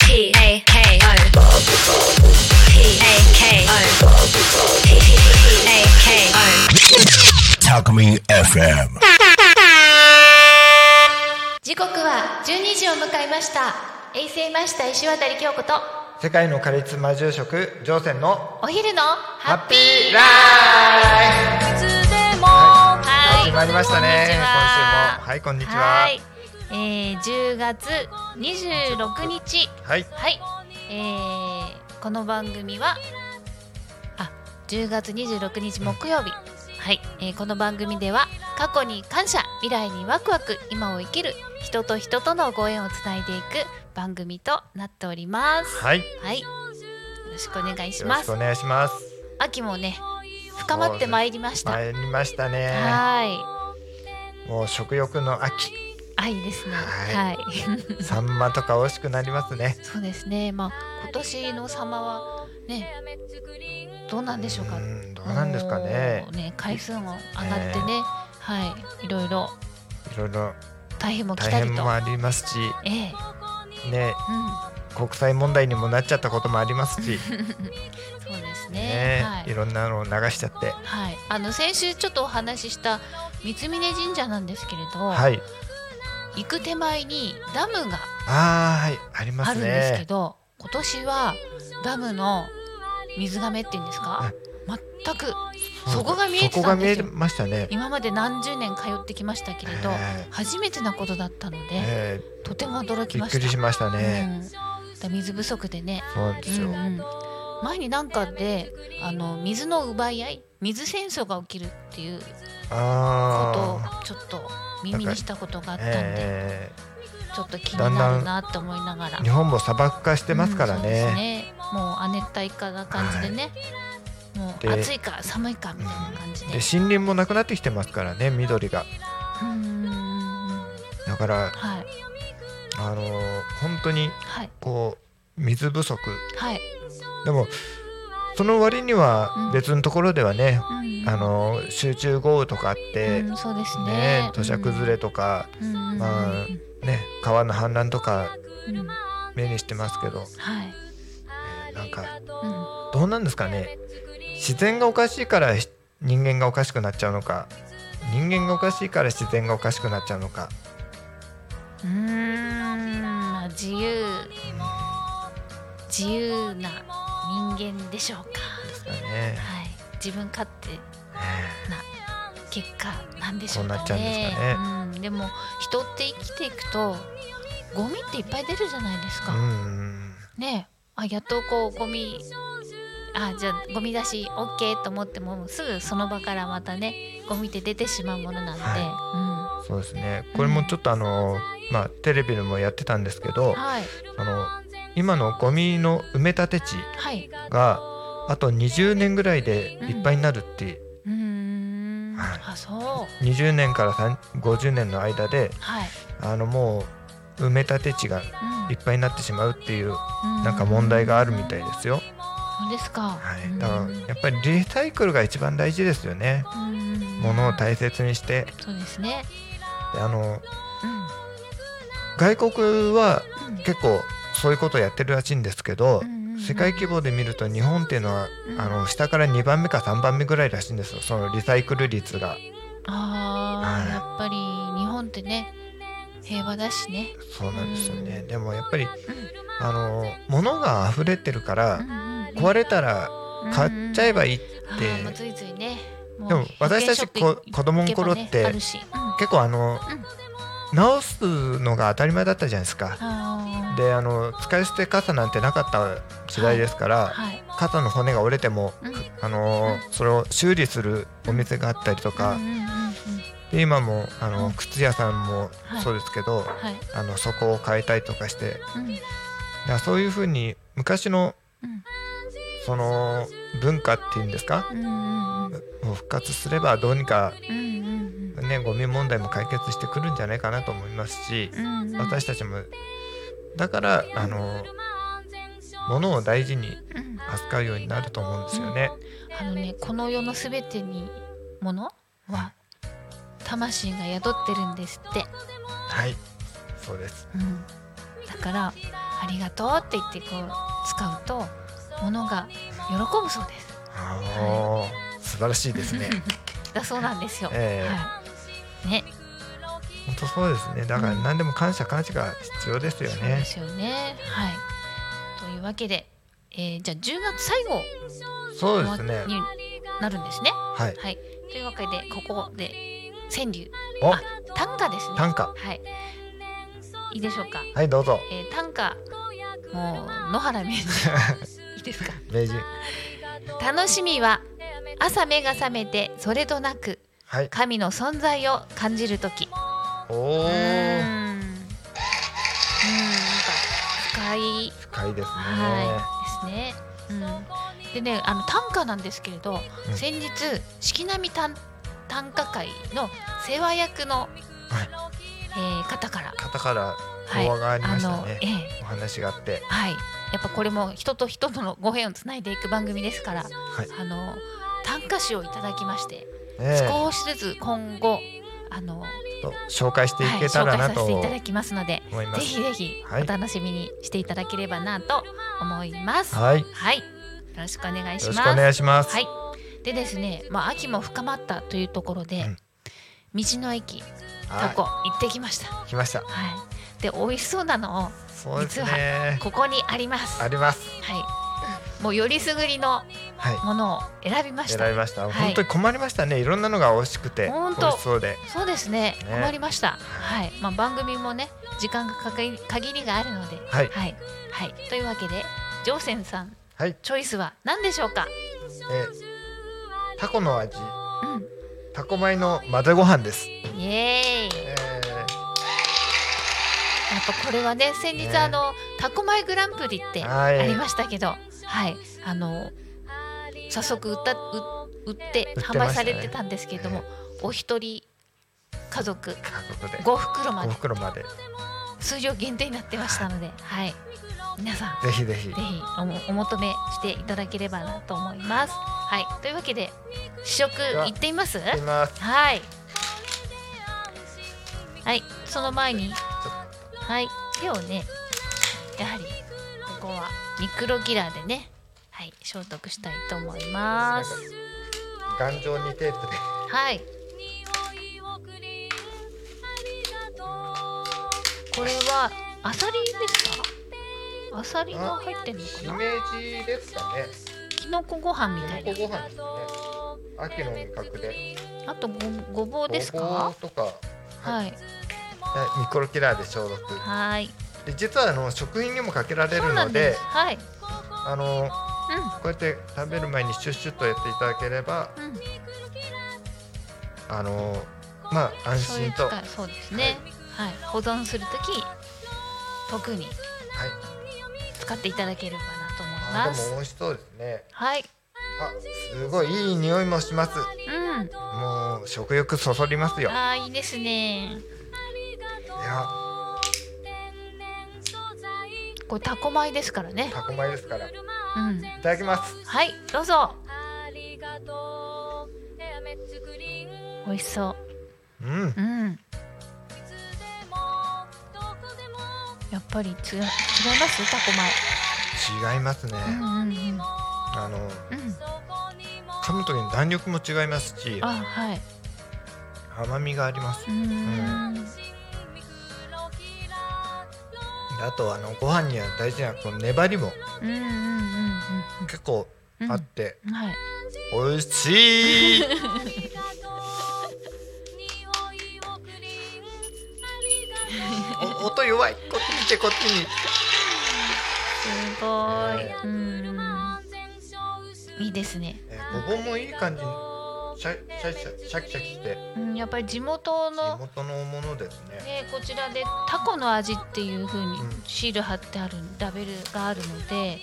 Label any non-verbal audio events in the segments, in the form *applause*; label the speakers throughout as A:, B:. A: P A K O P A K O P A K O
B: Talk FM.
C: 時刻は12時を迎えました衛星マ下石渡京子と
D: 世界のカリスマ住職乗船の
C: お昼のハ
D: ハ
C: ッ
D: ッ
C: ピ
D: ピ
C: ー
D: ーライ
C: いつでも
D: フ
C: はい
D: 始まりました
C: こん
D: ね
C: にち
D: 今週も
C: は
D: はいこんにちは
C: はいえー、10月26日
D: はい
C: はい、えー、この番組はあ10月26日木曜日はい、えーこの番組では過去に感謝未来にワクワク今を生きる人と人とのご縁をつないでいく番組となっております
D: はいよ
C: はいよろしくお願いし
D: ろ
C: ま
D: しく
C: す
D: お願いします
C: 秋もね深まってまいりましたは
D: 参りましたね
C: ーい
D: もう食欲の秋
C: あいい *laughs* ですねは
D: はいサンマとか美味しくなりますね
C: そうですねまあ今年の様はねどうなんでしょうか
D: うんどうなんですかね
C: もう回数も上がってね、はい、いろいろ
D: いろいろ
C: 大変も来
D: 大
C: たり
D: 変
C: と
D: も、ありますし
C: ええ、
D: ね
C: うん、
D: 国際問題にもなっちゃったこともありま
C: *laughs*
D: すし
C: そうですね、
D: ね
C: はいい、
D: ろんなのを流しちゃって
C: はい、あの先週ちょっとお話しした三峯神社なんですけれど、
D: はい
C: 行く手前にダムが
D: あーはいありま
C: あ
D: す
C: るんですけ
D: ね
C: ど、今年はダムの水がめっていうんですか
D: は、
C: 全くそこが見えて
D: そこ
C: た
D: が
C: ん
D: 見
C: で
D: え
C: すよ
D: ましたね
C: 今まで何十年通ってきましたけれど、
D: え
C: 初めてなことだったので、
D: えー
C: とても驚き
D: びっ
C: まし
D: く
C: た
D: り。しましたね、
C: うん、だから水不足でね、
D: そうなんです
C: う
D: よ、
C: んうん、前になんかであの水の奪い合い水戦争が起きるっていうこ
D: ああ
C: とをちょっと耳にしたことがあったんで、
D: え
C: ちょっと気になるなって思いながら
D: ー日本も砂漠化してますから
C: うんそうです
D: ね,、
C: ねもう亜熱帯化な感じでね、もう
D: で
C: 暑いか寒いかみたいな感じ
D: で
C: で
D: 森林もなくなってきてますからね緑が
C: うんうんうんうん
D: だから
C: はい
D: あのー本当に
C: はい
D: こう水不足
C: はい、
D: でもその割には別のところではね、
C: うん
D: あのー集中豪雨とかあって、
C: うん、そうですね
D: ね土砂崩れ
C: と、
D: とか、
C: うんうんうんうん
D: まあね川の氾濫とか
C: うん
D: 目にしてますけど、
C: はい、
D: えーなんか
C: うん
D: どうなんですかね自然がおかしいからひ人間がおかしくなっちゃうのか人間がおかしいから自然がおかしくなっちゃうのか
C: うーん、まあ、自由自由な人間でしょうか。
D: ですかね
C: はい、自分勝手な結果なんでしょうかね。
D: こうなっちゃうんですかね
C: うん、でも人って生きていくとゴミっていっぱい出るじゃないです
D: う
C: か。
D: ん
C: ねえ、あやっとこうゴミあじゃあゴミ出し OK と思ってもすぐその場からまたねゴミって出てしまうものなんで、
D: そうですねこれもちょっとあのまあテレビでもやってたんですけ
C: う
D: ど
C: ん、はい
D: あの今のゴミの埋め立て地
C: はい
D: があと20年ぐらいでいっぱいになるって、
C: うーん
D: はい
C: あそう
D: 20年から30 50年の間で
C: はい、
D: あのもう埋め立て地がいっぱいになってしまうっていう
C: うん
D: なんか問題があるみたいですよ。
C: そうですか。
D: はい、だからやっぱりリサイクルが一番大事ですよね。物を
C: 変
D: 大切にして、
C: そうですね。
D: であの
C: うん
D: 外国は結構そういうことをやってるらしいんですけど、
C: うん
D: 世界規模で見ると日本っていうのは、
C: うん
D: あの下から2番目か3番目ぐらいらしいんですよ。そのリサイクル率が
C: あ
D: は
C: あ
D: い
C: やっぱり日本ってね平和だしね。
D: そうなんですよね。
C: うん
D: でもやっぱりあの物が溢れてるから、壊
C: れ
D: れたら買っちゃえば
C: いい
D: いいって。
C: あーもうついついね。もう
D: でも私たち
C: 保
D: こ
C: 険ショップ
D: 子供の頃
C: 行
D: っ
C: けばねあ
D: て
C: るしうんあ
D: 結構あの、
C: うん
D: 直すのが当たり前だったじゃないですか。
C: ー
D: であの使い捨て傘なんてなかった時代ですから、
C: はい
D: 肩の骨が折れても、
C: うん
D: あのーそれを修理するお店があったりとか、
C: うんうんうんうん
D: で今もあの、
C: うん
D: 靴屋さんも
C: はい
D: そうですけ
C: は
D: ど、
C: い
D: あのそこを変えたりとかしてだか
C: うん
D: らそういうふうに昔の
C: うん
D: その文化っていうんですか
C: うんうんうん
D: を復活すればどうにか、
C: うんうん
D: ね、ゴミ問題も解決してくるんじゃないかなと思いますし、
C: うんうん
D: 私たちもだからあの物を大事に
C: うん
D: 扱うようになると思うんですよね。
C: あのね、この世のすべてにものは魂が宿ってるんですって、
D: はい、そうです。
C: だからありがとうって言ってこう使うと物が喜ぶそうです
D: あー素晴らしいです *laughs* ね
C: *laughs* だそうなんですよ、
D: ええ
C: はいね
D: 本当そうですねだから何でも感謝感謝が必要ですよ
C: そうで
D: ね
C: すよねはいというわけで、えーじゃあ10月最後
D: そうですね
C: になるんですね
D: はい
C: はいというわけでここで川柳
D: お
C: あ短歌ですね
D: 短歌
C: はいいいでしょうか、
D: はいどうぞ
C: えー、短歌もう野原名人
D: *laughs*
C: いいですか
D: 名人
C: 楽しみは朝目が覚めてそれとなく
D: はい
C: 神の存在を感じる時
D: お
C: うーんう
D: お
C: ーんなんか深い
D: 深いですね
C: はいですね、うん、でねあの短歌なんですけれど、
D: うん
C: 先日四季並み短短歌会の世話役の、えー方から
D: 方から講話がありましたね
C: ええ
D: お話があって
C: はいやっぱこれも人と人とのご縁をつないでいく番組ですから、
D: い
C: あの短歌集をいただきまして
D: ね
C: 少しずつ今後あの、はい、
D: ちょっと紹介していけた
C: 紹
D: ら
C: 介
D: な
C: さ
D: と
C: せてい
D: 思
C: ただきますので
D: いま
C: ぜ
D: す
C: ひぜひ
D: はい
C: お楽しみにしていただければなと思います。はい、
D: はいよ
C: よろしくお願いし
D: ろ
C: ます。
D: しくお願いします
C: はい。でですね、まあ秋も深まったというところで、
D: うん
C: 道の駅タコ
D: は
C: 行ってきました。
D: い来ました
C: はい。で美味しそうなのを
D: そうですね
C: ここにあります。
D: あ
C: は
D: ります
C: い。もうよりすぐりの
D: はい
C: ものを選びました。
D: 選びました、
C: い
D: 本当に困りましたねいろんなのが美味しくて
C: ほんと
D: 美味しそうで
C: そうですね。
D: ね
C: 困りました。はい。まあ番組もね、時間がかかり限りがあるので、
D: はい
C: はい、はい。というわけで、ジョーセンさん、
D: はい、
C: チョイスは何でしょうか。
D: えータコの味
C: うん。
D: タコ米の混ぜご飯です、
C: イエーイ。
D: え
C: やっぱこれはね先日
D: ね
C: あの、タコ米グランプリって
D: は
C: あ
D: い
C: りましたけど、はい、あの早速売った売売って
D: 売ってました
C: 販
D: ね
C: 売されてたんですけれども、
D: ね
C: お一人家族
D: ー、韓国で
C: 5袋ま
D: お
C: で
D: 袋まで
C: 数量限定になってましたので、はい、皆さん
D: ぜひぜひ
C: ぜひおもお求めしていただければなと思います。はい、というわけで試食
D: は
C: 行ってみます
D: います
C: はい。はい、その前に。はい、手をね。やはり。ここはミクロギラーでね。はい、消毒したいと思います。
D: 頑丈にテープで
C: はい。これはアサリですか。アサリが入ってるの
D: イ
C: かな。
D: メージですかね
C: きのこご飯みたい
D: きのこご飯ですね秋の味覚で
C: な。あとごごぼうです
D: ごぼう
C: か。
D: とか
C: はい。
D: はいミクロキラーで消毒
C: はい。
D: で実はあの食品にもかけられ
C: そう
D: る
C: な
D: の
C: ん
D: で
C: です。はい。
D: あの
C: うん。
D: こうやって食べる前にシュッシュッとやっていただければ
C: うん
D: あのまあ安
C: そういう
D: 心とは
C: 使いそうですね、はい保存するとき特に
D: い
C: 使っていただければなと思い
D: あ
C: ま
D: ですも美味しそうですね
C: はい
D: あすごいいい匂いもします
C: うん
D: もう食欲そそりますよい
C: あ
D: や
C: ーいいですねこれタコ米ですからね
D: タコ米ですからい
C: うん
D: ただきます
C: はいどうぞ美味しそ
D: うん
C: ううんやっぱり違う違いますタコ
D: 違いますね
C: 米うんうんうん
D: あの
C: うん
D: 噛む時に弾力も違いますし
C: あはい
D: 甘みがあります
C: うーん
D: であとあのご飯には大事なこの粘りも
C: うんうんうん
D: 結構
C: うんうん
D: あって
C: はい
D: 美味しいお音弱いこっち見てこっちに
C: すごい
D: ね。
C: うん。いいですね。
D: えーごぼうもいい感じにシャシャシャシャキシャキして
C: うん、やっぱり地元
D: 地
C: の。
D: 元のものですね
C: ね、こちらでタコの味っていう風に
D: うん
C: シール貼ってあるラベルがあるので、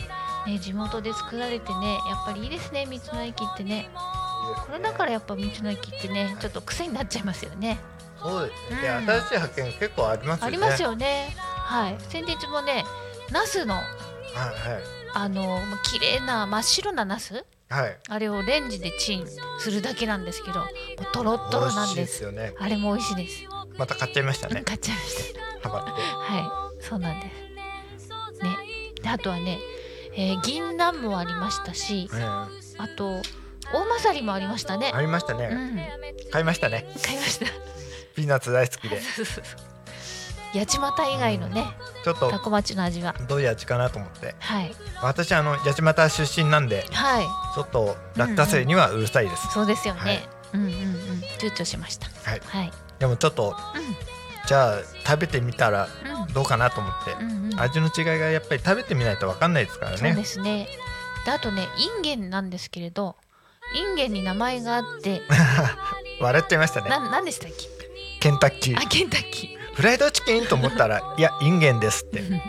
C: ね、地元で作られてねやっぱりいいですね道の駅ってねこれだから
D: いいですね
C: やっぱ道の駅ってねちょっと癖になっちゃいますよね
D: そうですねで
C: うん
D: 新しい発見結構ありますよね
C: ありますよねはい先日もねナスの
D: はい
C: あのもう綺麗な真っ白なナス
D: はいはい
C: あれをレンジでチンするだけなんですけどもうトロットロ
D: 美
C: な
D: 味し
C: ん
D: いで
C: です
D: すよね
C: あれも美味しいです。
D: また買っちゃいましたね
C: 買っちゃいまし
D: ハマって
C: た。はい、そうなんです。であとはね、えー銀杏もありましたし
D: うん
C: あと大まさりもありましたね
D: ありました
C: う
D: ね、
C: ん
D: 買いましたね
C: 買いました *laughs*
D: ピーナッツ大好きで
C: 八街以外のね
D: ちょっと
C: タコ町の味は
D: どういう味かなと思って
C: はい
D: 私あの八街出身なんで
C: はい
D: ちょっと落花生にはうるさいです、
C: そうですよね、
D: はい
C: うんうんうん躊躇しました
D: はい
C: はい
D: でもちょっとじゃあ食べてみたら
C: うんうん
D: どうかなと思って、
C: うんうん
D: 味の違いがやっぱり食べてみないと分かんないですから
C: そうで
D: ね
C: すね。であとねインゲンなんですけれどインゲンに名前があ
D: *laughs*
C: って
D: 笑っちゃいましたね
C: な何でしたっけ
D: ケンタッキー
C: あケンタッキ
D: フライドチキンと思っ
C: *laughs*
D: たらいやインゲンですって
C: ー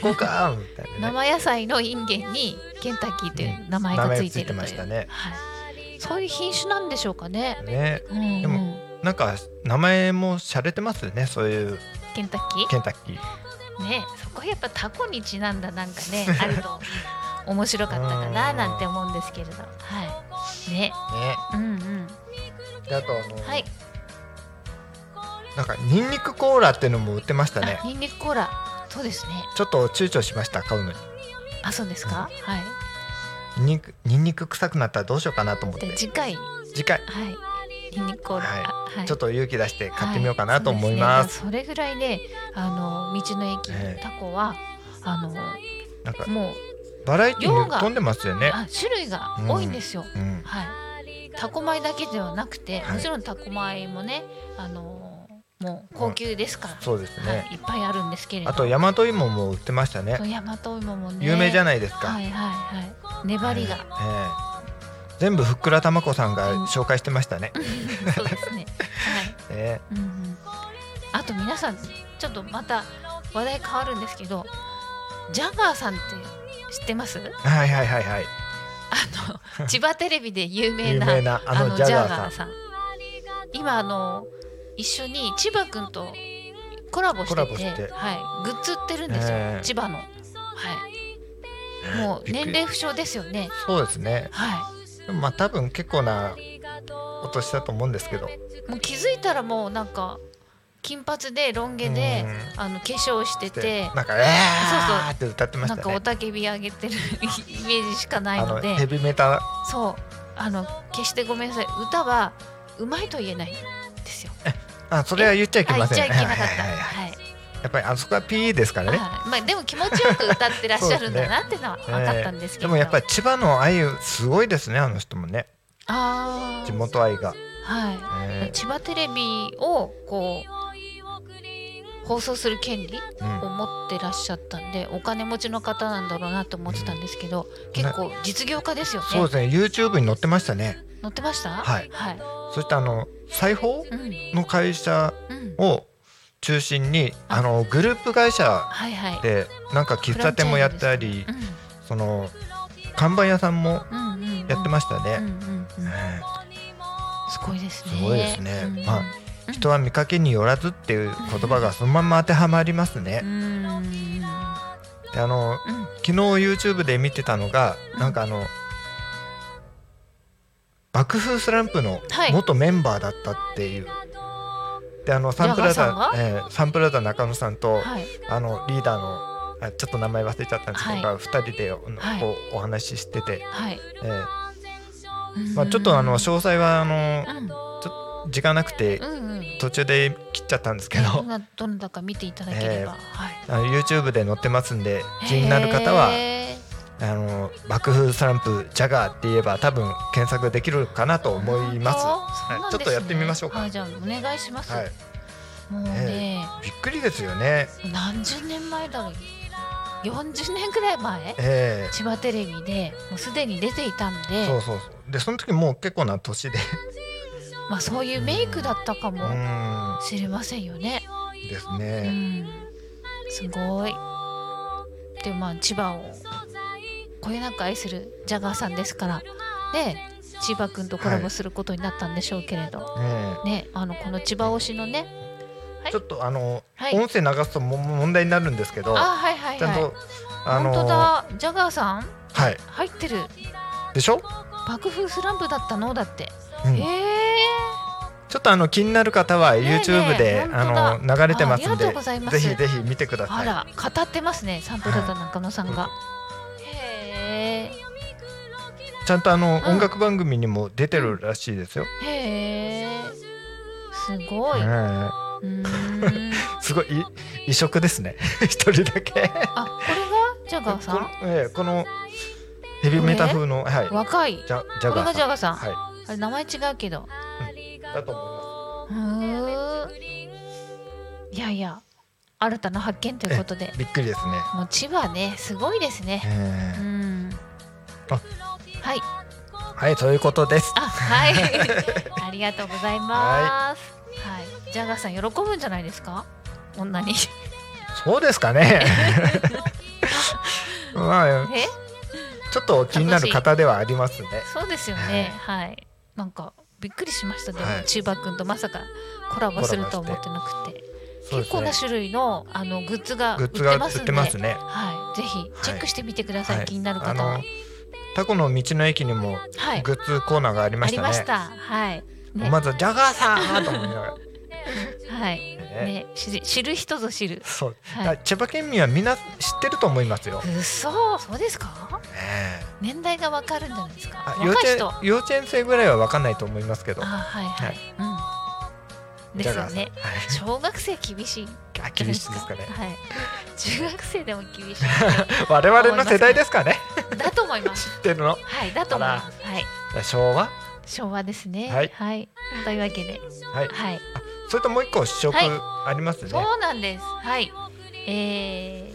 D: そこかみたいなね
C: 生野菜のインゲンにケンタッキーという名前がついているという、
D: 名前がついてましたね
C: はい、そういう品種なんでしょうかね、
D: ね
C: うんうん
D: でなんか名前も洒落てますねそういう
C: ケンタッキ
D: ケンタッキー
C: ーねそこやっぱタコにちなんだなんか
D: *laughs*
C: ねあると面白かったかななんて思うんですけれどはいね
D: ね
C: うんうん
D: であとあの、
C: はい、
D: なんかニンニクコーラっていうのも売ってましたね
C: あニンニクコーラそうですね
D: ちょっと躊躇しました買うのに
C: あそうですか、はい
D: ニンニクニンニク臭くなったらどうしようかなと思って
C: で次回
D: 次回
C: はいニンニクコーラ、
D: はい
C: あはい
D: ちょっと勇気出して買ってみようかなと思います。
C: はいそうでねそれぐらいね、あの道の駅
D: ええ
C: タコは、あの
D: なんか
C: もう、
D: バラエティ
C: 量
D: ーに
C: が
D: 飛んでますよね。
C: あ種類が多いんですよ。
D: うん、
C: はい。タコ米だけではなくて、
D: はい
C: もちろんタコ米もね、あのもう高級ですから、
D: そうです
C: はい
D: ね。
C: いっぱいあるんですけれど、
D: あと大和芋も売ってましたね
C: そう。大和芋もね、
D: 有名じゃ
C: ない
D: ないですか。
C: はいはいはい。粘りが、
D: ええ全部ふっくらたまこさんが紹介してましたね。
C: *laughs* そうですね。はい。
D: え
C: うんうん、あと皆さんちょっとまた話題変わるんですけどジャガーさんって知ってます
D: えはいはいはいはい。
C: あ
D: *laughs*
C: の千葉テレビで有名
D: 有
C: な
D: 名なあのジャガーさん。
C: さん今あの一緒に千葉くんとコラボして
D: コラボ
C: て
D: して
C: はい、グッズ売ってるんですよ、
D: ねえ
C: 千葉の、はい、もう
D: びっ
C: 年
D: くり
C: 齢不詳ですよね
D: そうですね。
C: は
D: でもまあ多分結構なお年だと思うんですけど。
C: いもう気づいたらもうなんか金髪でロン毛で
D: う
C: あの化粧してて
D: でなんかえーって歌ってまし
C: なん
D: た
C: かお
D: ね。
C: たけび上げてる *laughs* イメージしかない
D: あ
C: の
D: の
C: で
D: ヘビメタ
C: そうあの決してごめんなさい歌はうまいと言えないんですよ。
D: あそれは言っちゃいけ
C: あ言
D: ま
C: っ
D: せん。
C: ちゃいけなかった。
D: はいはいはいはい
C: はい
D: やっぱりあそこは P ですからね。
C: はいまあでも気持ちよく歌ってらっしゃるんだなってのは分かったんですけ
D: で
C: ど。
D: もやっぱり千葉の愛すごいですねあの人もね
C: あー
D: 地元愛が、
C: は
D: え
C: い。千葉テレビをこう放送する権利
D: えうん
C: を持ってらっしゃったんで、お金持ちの方なんだろうなと思ってたんですけど、結構実業家ですよね。
D: そうですね YouTube に載ってましたね
C: 載ってました？
D: はい
C: はい。
D: そしてあの裁縫
C: うん
D: の会社
C: うん。
D: を中心にあのグループ会社
C: はいはい。
D: でなんか喫茶店もやったり、その看板屋さんも
C: うんうんうん、
D: やってました
C: すうん
D: ね、
C: うんうん、
D: え
C: すごいですね。
D: すごいですね
C: うんうん
D: まあえ人は見かけによらずっていう言葉がそのまま当てはまります
C: う
D: ね、
C: んうん
D: であの
C: うん
D: 昨日 YouTube で見てたのがなんかあの爆風スランプの
C: はい
D: 元メンバーだったっていう、であのサンプラ
C: ジャガ
D: ザ
C: ー、さん
D: えーサンプラザ中野さんと、
C: はい
D: あのリーダーのあちょっと名前忘れちゃったんですけど、
C: は
D: が2人であの
C: はい
D: こうお話ししてて、
C: はい。
D: えーまあ、ちょっとあの詳細はあの
C: うん
D: 時間なくて
C: うんうん。
D: 途中で切っちゃったんですけ
C: ど
D: ど
C: ん、などんだか見ていただければ、はい。
D: あの YouTube で載ってますんで気になる方は
C: へ
D: あの爆風スランプジャガーって言えば多分検索できるかなと
C: ー、
D: 思います。
C: 本
D: は
C: 当そうなんですね
D: ちょっとやってみましょうか
C: はい、じゃあお願いします。
D: い、
C: もうね、
D: びっくりですよね。
C: 何十年前だろう。四十年くらい前、
D: え
C: 千葉テレビでもうすでに出ていたん
D: え
C: で、
D: そうそうそう。でその時もう結構な年で、
C: まあそういうメイクだったか
D: う
C: も
D: ーん
C: しれませんよね。
D: です
C: う
D: ね。
C: ん、すごい。でまあ千葉をこれなく愛するジャガーさんですからね千葉くんとコラボすることになったんでしょうけれど、
D: え
C: ねあのこの千葉推しのねは
D: え
C: い
D: ちょっとあの、
C: はい
D: 音声流すとも問題になるんですけど、
C: あはいはい
D: ちゃん
C: はい
D: と、あの
C: 本当だジャガーさん
D: はい
C: 入ってる
D: でしょ？
C: 爆風スランプだったのだって、
D: うん
C: へえ
D: ちょっとあの気になる方は
C: えねえ
D: YouTube で、
C: 本当だ
D: あの流れてます
C: ああ
D: ん
C: りがとう
D: で
C: ございます
D: ぜひぜひ見てくださ
C: あ
D: い。
C: ら語ってますねサンプルだ中野さんが、へ
D: ちゃんとあの、
C: ん
D: 音楽番組にも出てるらしいですよ。
C: えへえすごい、う
D: ね
C: ーん
D: えすごいい異色ですね。 *laughs* 一人だけ。
C: あこれがジャガーさ
D: この
C: ん
D: ええこのヘビメタ風のはい
C: 若い
D: じゃジャ
C: これ
D: ガ
C: が
D: ー
C: ジャ
D: さん。
C: ガーさん、
D: は
C: あれ名前違うけど
D: いだと思いま。
C: うーんいやいや新たな発見ということです
D: びっくりですね。
C: もう千葉ねすごいですね
D: え
C: う
D: え
C: ん
D: あ
C: はい
D: はいということです。
C: あはい
D: *laughs*
C: ありがとうございますはい、ジャガーさん喜ぶんじゃないですか女
D: *laughs*
C: に
D: そうです
C: *laughs*
D: かね。まあ
C: え
D: ちょっと気になる方ではありますね。
C: そうですよねはいなんかびっくりしましたでも、
D: はい
C: 千葉くんとまさかコラボすると思ってなくて結構な
D: そうですね
C: 種類のあのグッズが
D: グ
C: 売っ
D: ッズ
C: て
D: が
C: ま
D: 売
C: す
D: っ
C: んで
D: てますね。
C: はい、ぜひチェックしてみてください、
D: はい
C: 気になる
D: あ
C: 方は
D: のタコの道の駅にも
C: はい
D: グッズコーナーがありま
C: あ
D: し
C: り
D: たね。
C: ましたはいね
D: まずジャガーさんと思いながら、
C: はい
D: ね
C: ね知り知る人ぞ知る
D: そう、
C: はい
D: だから千葉県民はみんな知ってると思いますよ。ね
C: 嘘そうですか
D: え
C: 年代がわかるんじゃないですか
D: あ
C: 若
D: 幼稚
C: い
D: 園
C: 人あ
D: 幼稚園生ぐらいは分かんないと思いますけど。
C: はいはい、うん
D: ジ
C: で
D: ャ
C: すよ
D: ガーさん
C: ね
D: は
C: 小学生厳しい *laughs*
D: い、あ厳しいですかね。 *laughs*
C: はい中学生でも厳し
D: 我々の世代ですかね。
C: いだと思います
D: 知ってるの。
C: はいだと思いますはい
D: 昭和。
C: 昭和ですね
D: はい
C: というわけで
D: はい。
C: はい
D: それともう一個試食
C: はい
D: ありますね。
C: そうなんですはいえ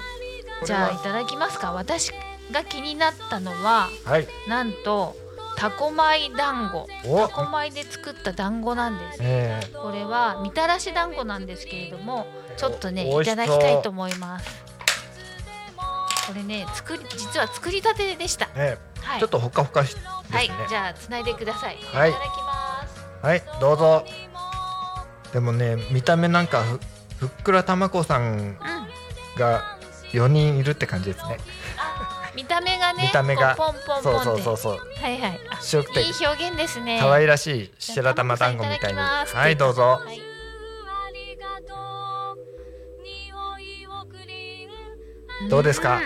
C: ー、じゃあいただきますか私が気になったのは
D: はい。
C: なんとタコ米団子
D: お
C: タ。コ米で作った団子なんです
D: ええ
C: これはみたらし団子なんですけれどもちょっとね
D: お
C: いただきたいと思いますこれね作り実は作りたてでした
D: ね
C: はい
D: ちょっとほかほかしですね。
C: はいじゃあつないでください、
D: はい
C: いただきます
D: はい、どうぞ。でもね、見た目なんかふふっくらたまこさん
C: うん
D: が四人いるって感じですね。
C: 見た目がね
D: 見た目が
C: こうポンポンポン
D: そう
C: って
D: そうそうそう。
C: はいはいあ
D: 試食
C: い
D: 的
C: い表現ですね
D: 可愛らしい白玉団子みたいに。
C: じゃあ
D: はい、どうぞ。
C: はい
D: どうですか
C: ん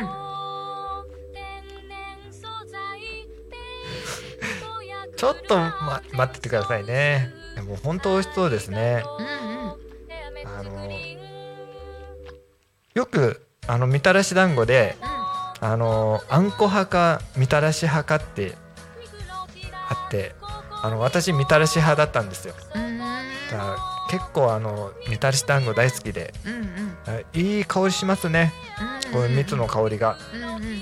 D: ちょっとま待っててくださいね。でも本当美味しそうですね。
C: うんうん
D: あのよくあのみたらし団子で
C: う
D: あのあんこ派かみたらし派かってあってあの私みたらし派だったんですよ
C: ん
D: だから結構あのみたらし団子大好きで
C: うんうんうん
D: あいい香りしますね
C: うん
D: この蜜の香りが、
C: うんうんうんや
D: で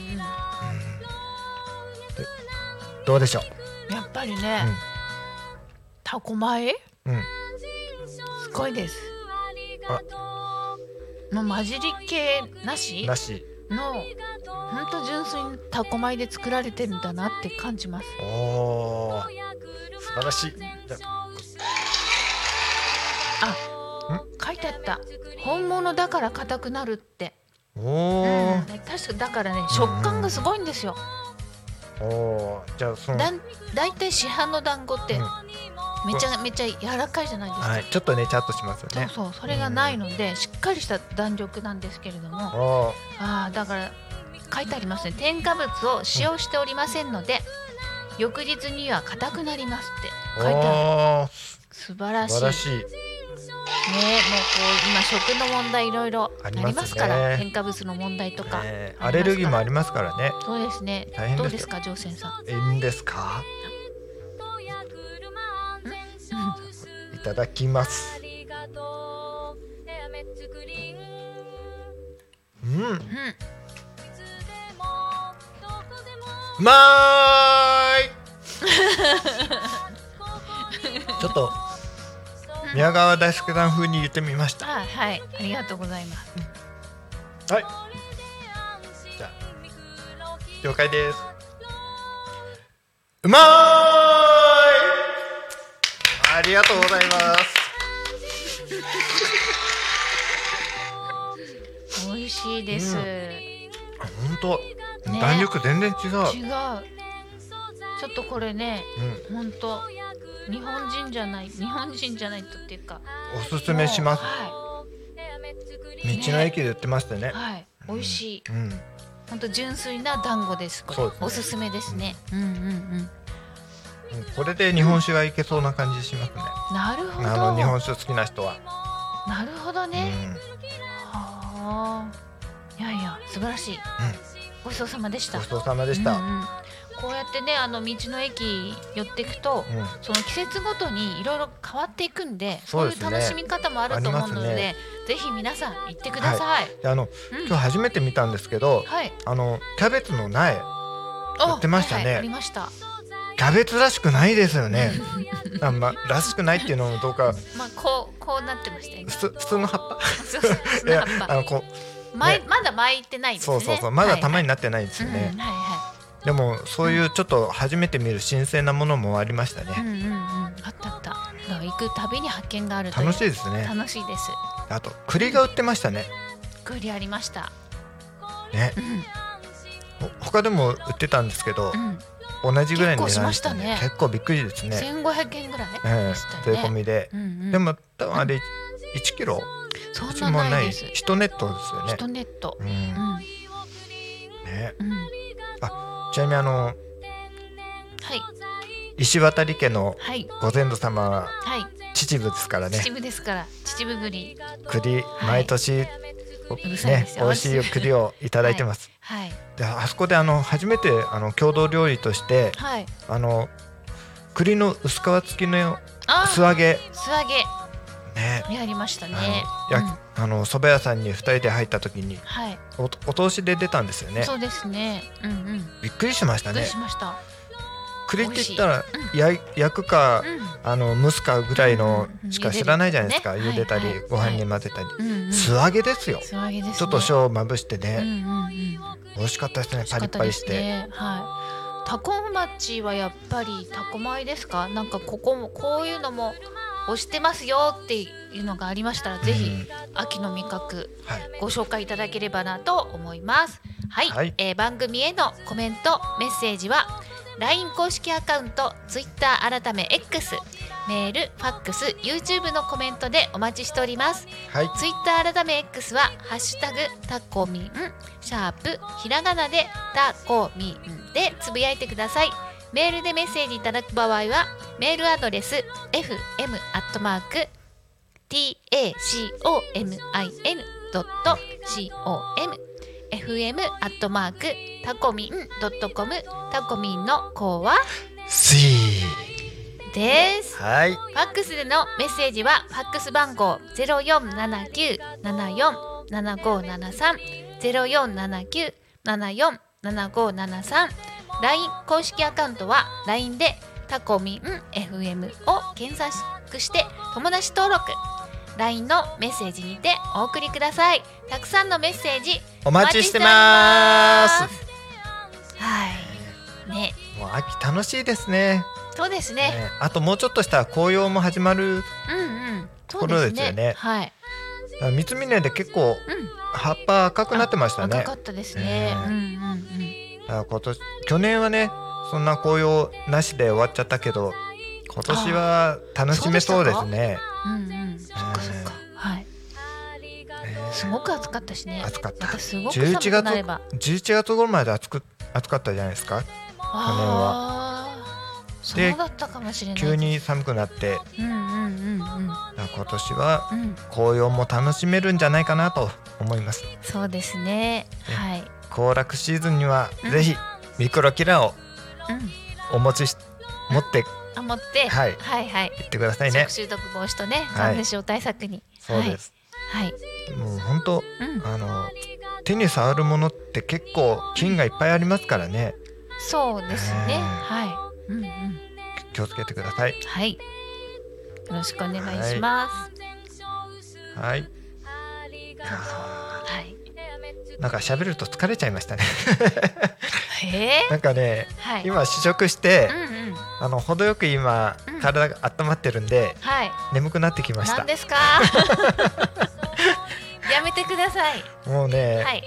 D: どうでしょ
C: っぱりね、タコ米
D: う、うん、
C: すごいですもう混じり系なし
D: なし
C: のほんと純粋にタコ米で作られてるんだなって感じます
D: おお素晴らしいじゃあ
C: 書いてあった本物だから硬くなるって、
D: お
C: う
D: お
C: ん、確かだからね食感がすごいんですよ
D: おおーじゃあその
C: だんだいたい市販の団子って
D: うん
C: めちゃめちゃ柔らかいじゃないですか、
D: はい、ちょっとねチャッとしますよね
C: そうそうそれがないのでしっかりした弾力なんですけれども
D: おー
C: ああだから書いてありますね添加物を使用しておりませんので、翌日には硬くなりますって書いてある
D: おー
C: 素晴らしい
D: 素晴らしい
C: ねもうこう今食の問題いろいろありますか
D: あります
C: ら
D: ね
C: 添加物の問題とか、
D: ねアレルギーもありますからね
C: そうですね
D: 大変で
C: ど
D: すよ
C: うですかジョーセンさん
D: いいんですかいただきますうんう
C: うん
D: まーいちょっと宮川大輔さん風に言ってみました
C: あはいありがとうございます
D: はいじゃあ了解ですうまーいありがとうございます
C: 美味しいです、
D: うん
C: 違う
D: あ本当、弾力全然違う、
C: ちょっとこれね
D: うん
C: 本当日本人じゃない日本人じゃないとっていうか
D: おすすめします
C: は
D: 道の駅で売ってましたね
C: い、はい、美味しい
D: うん
C: 本当純粋な団子ですこれ
D: そうですね
C: おすすめですね、うん、うんうん
D: もうこれで日本酒はいけそうな感じしますね
C: なるほど
D: あの日本酒好きな人は、
C: なるほど
D: うん
C: ね、はあいやいや素晴らしい、ごちそうさまでした
D: ごちそうさまでし
C: う
D: た
C: んうんこうやってねあの道の駅寄っていくと、
D: うん
C: その季節ごとにいろいろ変わっていくんで
D: そ
C: そうう
D: です
C: い
D: ね
C: う楽しみ方もあると思うので、
D: ありますね
C: ぜひ皆さん行ってください。
D: であの
C: うん
D: 今日初めて見たんですけど
C: はい、
D: あのキャベツの苗
C: あ
D: やってましたね
C: はいはいありました。
D: キャベツらしくないですよねあまらしくないっていうのもどうか
C: まあこうこうなってましたよね *laughs*
D: 普。通普通の葉っ
C: そうそう
D: ぱい
C: 砂
D: や
C: 葉っ
D: あ
C: ぱ
D: のこう
C: 前まだ巻いてないんです
D: そ
C: ね。
D: うそうそうまだたま
C: に
D: になってないですよね、
C: うんはいは
D: でもそういうちょっと初めて見る新鮮なものもありました
C: い。うん
D: ね、
C: うんうんあったあった。だから行くたびに発見があるという。
D: 楽しい
C: い
D: ですね
C: 楽しいです。
D: あと栗が売ってましたね
C: グリありました。
D: ね
C: うん
D: ほ他でも売ってたんですけど、
C: うん。
D: 同じぐらいの値段
C: 結
D: 結構びっくりですね
C: 千五百円ぐらい
D: ええ
C: でした
D: 税
C: よ
D: 込
C: ね。
D: みで、
C: うんうん
D: でも多分あれ1キロ
C: そ
D: うんち
C: な
D: も
C: な
D: ないい
C: です。
D: 1ネットですよね
C: 一ネット
D: う。ん
C: うん
D: ね
C: うん。
D: ちなみにあの
C: はい
D: 石渡家の
C: はい
D: ご先祖様は
C: はい。
D: 秩父ですからね
C: 秩父ですから秩父栗
D: 栗
C: い
D: 毎年、お
C: うるさいで
D: ね
C: す
D: 美
C: よ
D: 味しい栗をいただいてます、
C: はい
D: であそこであの初めてあの郷土料理として
C: はい。
D: あの栗の薄皮付きの
C: あ
D: 素揚げ
C: 素揚げ
D: ね
C: やりましたね。
D: あのや、
C: うん
D: あの蕎麦屋さんに2人で入った時に
C: はい、
D: おお通しで出たんですよね
C: そうですね。うんうん。
D: びっくりしました
C: どう
D: ね
C: しました。
D: 栗って言ったら
C: 美味し
D: や焼くか、
C: う
D: あの蒸すかぐらいの
C: うん
D: しか知らないじゃないですか、
C: 茹で
D: 茹
C: る
D: で
C: とか
D: た
C: ね
D: り、
C: はい
D: ご
C: は
D: 飯
C: い
D: に混ぜたり、
C: んうん。
D: 素揚げですよ
C: 素揚げです、ね。
D: ちょっと
C: ょ
D: 塩をまぶして
C: うん
D: ね、
C: うんうん。
D: 美味しかったですねパリッパリして、
C: 美味かったですね、はい。タコ町はやっぱりタコ米ですか。なんかここもこういうのも押してますよっていうのがありましたら、ぜひ
D: うん
C: 秋の味覚
D: はい、
C: ご紹介いただければなと思います。はい、
D: はい
C: えー番組へのコメントメッセージは LINE 公式アカウント Twitter 改め X メール、ファックス、YouTube のコメントでお待ちしております。
D: はい、
C: ツイッター改め X は「ハッシュタグタコミン」シャープひらがなでタコミンでつぶやいてくださいメールでメッセージいただく場合はメールアドレス fm.tacomin.com fm アットマークタコミンドットコムタコミンのコは
D: スイ
C: です
D: ーはい
C: ファックスでのメッセージはファックス番号ゼロ四七九七四七五七三ゼロ四七九七四七五七三 LINE 公式アカウントは LINE でタコミン FM を検索して友達登録 LINE のメッセージにてお送りくださいたくさんのメッセージ
D: お待ちしてま
C: お
D: す
C: 待ちしておりますはいね
D: もう秋楽しいですね
C: そうですね
D: ねあともうちょっとしたら紅葉も始ま
C: う
D: る
C: んうんそ
D: こ
C: う
D: ろ
C: です
D: です
C: ね
D: よね
C: はい
D: あ三峰で結構
C: うん
D: 葉っぱ赤くなってましたね
C: 赤かったですね。
D: ね
C: うん
D: あ今年去年はねそんな紅葉なしで終わっちゃったけど今年は楽しめそうですね
C: うんうんうんうん。そっかそっか。はい。すごく暑かったしね。
D: 暑かった
C: またすごく寒
D: 11
C: く
D: 月
C: なれば。
D: 11月頃まで暑く暑かったじゃないですか
C: ああ。そ
D: で
C: うだったかもしれない。
D: 急。に寒くなって
C: うんうんうんうん
D: あ今年は
C: うん。
D: 紅葉も楽しめるんじゃないかなと思います
C: そうですね。
D: ね
C: はい。
D: 行楽シーズンには
C: うん
D: ぜひミクロキラーを
C: うん。
D: お持ちし持って
C: あ持って。
D: はい
C: はいはい。
D: 行ってくださいね
C: 食中毒防止とね、
D: はい
C: 感染症対策に。
D: そうです、
C: はい。はい。
D: もう本当
C: うん。
D: あの手に触るものって結構菌がいっぱいありますからね
C: そうですね。
D: うん
C: はい。うんうん。
D: 気をつけてください
C: はい。よろしくお願いします。
D: はいいや
C: はい。
D: ーなんか喋ると疲れちゃいま
C: *laughs*
D: したね
C: へえ。
D: なんかね
C: はい。
D: 今試食して
C: うんうん。
D: あの程よく今
C: うん
D: 体が温まってるんで
C: はい。
D: 眠くなってきまし
C: な *laughs*
D: た
C: んですか。やめてください。
D: もうね、
C: はい。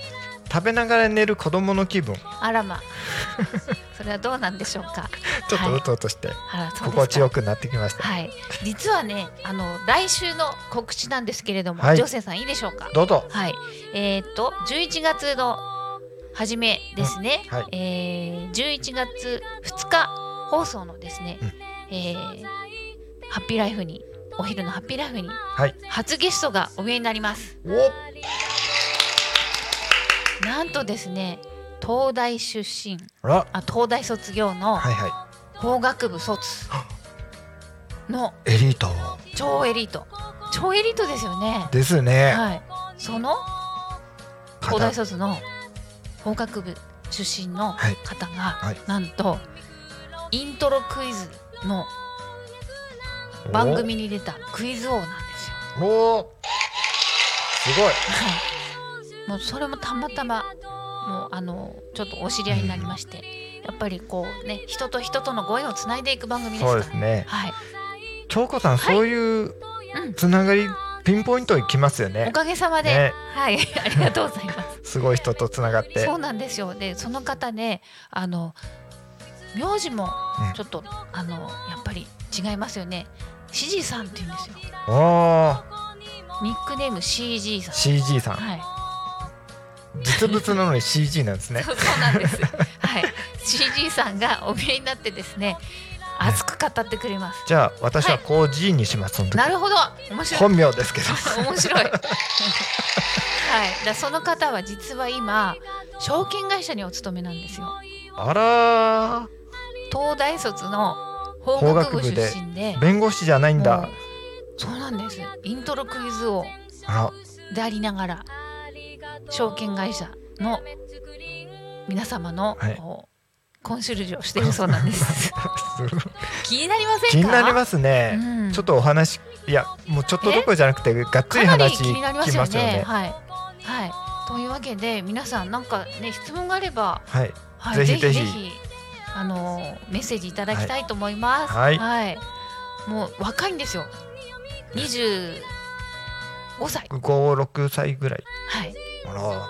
D: 食べながら寝る子供の気分
C: あらまそれはどうなんでしょうか
D: ちょっとうとうとして
C: あらそう
D: 心
C: です
D: 地
C: か
D: よくなってきました、
C: はい実はねあの来週の告知なんですけれども、
D: はい
C: ジョセさんいいでしょうか
D: どうぞ
C: はいえーっと11月の初めですね、
D: うんはい
C: えー11月2日放送のですね、
D: うん
C: えーハッピーライフにお昼のハッピーライフに
D: はい
C: 初ゲストがお見えになります
D: お
C: なんとですね東大出身
D: ら
C: あ東大卒業の
D: はいは
C: 法学部卒の
D: いエリート
C: 超エリート超エリートですよね
D: ですね、
C: はいその
D: 方
C: 東大卒の法学部出身の
D: はい
C: 方が、
D: はい
C: なんとイントロクイズの番組に出たクイズ王なんですよ
D: おおすごい
C: はい、もうそれもたまたまもうあのちょっとお知り合いになりまして、やっぱりこうね人と人とのご縁をつないでいく番組です
D: そ
C: か
D: う
C: ら
D: ですね
C: はい、
D: 長子さん、そういう
C: うん
D: つながりピンポイントいきますよ
C: お
D: ね
C: かげさまで、
D: ね
C: はい *laughs* ありがとうございます
D: ごい人とつながっ
C: す
D: て
C: そうなんですよでその方ねあの名字も
D: うん
C: ちょっと、あのやっぱり違いますよね CG さんって言うんですよ
D: おおー
C: ニックネーム CG さん
D: CG さん
C: はい
D: 実物なのに CG なんですね
C: そうそうなんです。はい、CG さんがお見えになってですね、熱く語ってくれます。
D: じゃあ私はこう G にしますその時
C: なるほど、面白い。
D: 本名ですけど
C: 面白い。はい、だその方は実は今証券会社にお勤めなんですよ。
D: あら
C: 東大卒の法学部出身で
D: ー、弁護士じゃないん
C: もう
D: だ
C: そうなんです。イントロクイズ王
D: あら
C: でありながら証券会社の皆様の、
D: はい
C: こうコンシェルジュをしているそうなんで
D: *laughs*
C: す。
D: すごい
C: 気になりませんか？
D: 気になりますね、
C: うん
D: ちょっとお話いやもうちょっとどころじゃなくてがっつり
C: かなり
D: 話
C: 気になりま
D: 聞
C: す
D: き
C: よ
D: ますよ
C: ね。
D: ね
C: はい、はい、というわけで皆さんなんかね質問があれば、
D: はい
C: はい、
D: ぜ
C: ぜ
D: ひ
C: ひぜひ
D: ぜ
C: あのメッセージいただきたいと思います。
D: はい
C: もう若いんですよ。二十五歳。
D: 56歳ぐらい
C: はい。
D: あら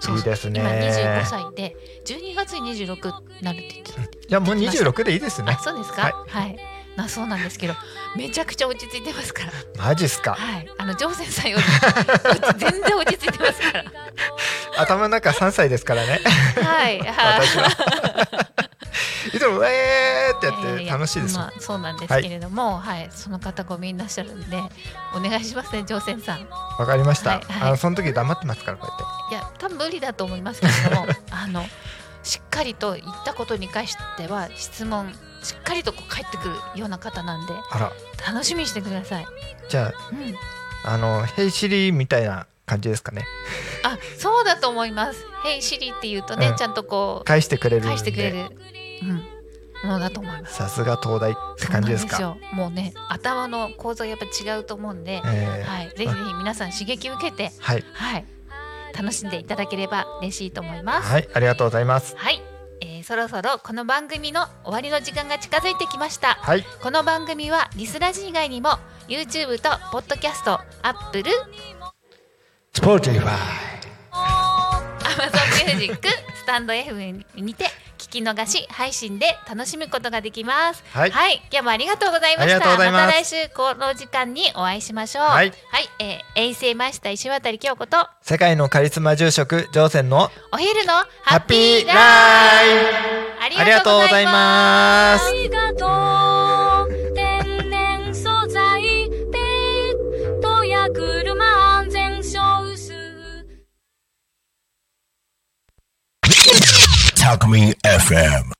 C: そう
D: いいですね
C: 今二十五歳で十二月に二十六なるって言ってた。
D: いやもう26でいいですね
C: あ、そうですか。
D: は
C: はい。なそうなんですけど、めちゃくちゃ落ち着いてますから。
D: マジっすか
C: はい。あのジョーセンさんより全然落ち着いてます *laughs* から。
D: 頭の中3歳ですからね
C: はい。はい。 *laughs*
D: 私はいつも「えー!」って
C: い
D: やっ
C: い
D: て
C: い
D: い楽しいですもん
C: まあ、そうなんですけれども、はい、その方ごみんなっしゃるんで、お願いしますね、乗船さん。い
D: わかりました、
C: はいはい
D: あのその時黙ってますからこうやっ
C: や、多分無理だと思いますけれど
D: *laughs*
C: も、あの。しっかりと言ったことに関しては、質問、しっかりとこう返ってくるような方なんで、
D: てあら
C: 楽しみにしてください。
D: じゃ
C: うん、
D: ああの「ヘイシリー」みたいな感じですかね
C: あ、そうだと思います。ヘイシリって言うとね、
D: うん
C: ちゃんとこ
D: 返してくれ
C: う、
D: るんで
C: 返してくれる。うん、ものだと思います。
D: さすが東大って感じですか
C: そうなんですよもうね、頭の構造やっぱ違うと思うんで。
D: えー
C: はい、ぜひぜひ皆さん刺激受けて、
D: はい、
C: はい、楽しんでいただければ嬉しいと思います。
D: はい、ありがとうございます
C: はい、えーそろそろこの番組の終わりの時間が近づいてきました。
D: はい
C: この番組はリスラジ以外にも YouTube と Podcast、Apple、
D: スポーティファイ
C: Amazon Music、スタンド FM にて聞き逃し配信で楽しむことができます。
D: はい
C: 今日もありがとうございま
D: あり
C: し
D: がと
C: た。
D: うございます
C: た来週この時間にお会いしましょう。
D: はい
C: えー衛星マイスター石渡京子と
D: 世界のカリスマ住職ジョーセンの
C: お昼のハ
D: ハ
C: ッ
D: ッ
C: ピ
D: ピ
C: ー
D: ー
C: ライ
D: ライフ
C: ブあ
D: ありがとうございます
A: ありがとう天然素材ペットや車安全小薄
B: Talk Me FM.